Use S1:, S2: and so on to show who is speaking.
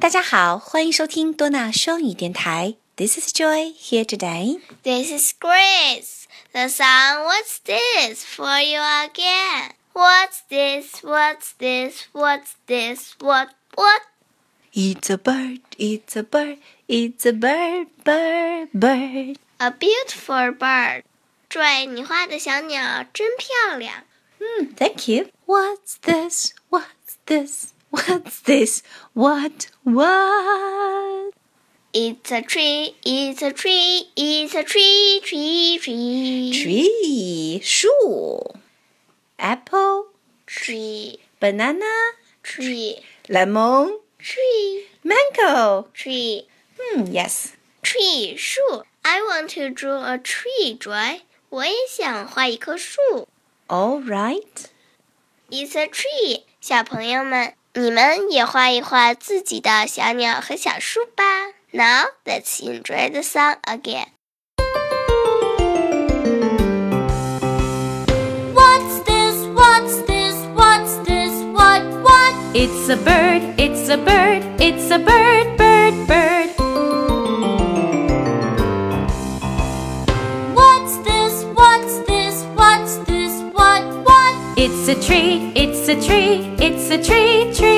S1: 大家好，欢迎收听多纳双语电台。This is Joy here today.
S2: This is Grace. The song What's This for you again. What's this? What's this? What's this? What? What?
S1: It's a bird, it's a bird, it's a bird, bird, bird.
S2: A beautiful bird. 拽你画的小鸟真漂亮。
S1: Hmm, thank you. What's this? What's this? What's this? What? What?
S2: It's a tree. It's a tree. It's a tree. Tree. Tree.
S1: Tree, 树，apple,
S2: Tree.
S1: banana,
S2: Tree.
S1: lemon,
S2: Tree.
S1: mango.
S2: Tree.
S1: Hmm, yes.
S2: Tree. 树。I want to draw a tree. 拽。我也想画一棵树。
S1: All right.
S2: It's a tree，小朋友们，你们也画一画自己的小鸟和小树吧。Now let's enjoy the song again.
S3: What's this? What's this? What's this? What? What? It's a bird. It's a bird. It's a bird. Bird. Bird. What's this? What's this? What's this? What? What? It's a tree. It's a tree. It's a tree. Tree.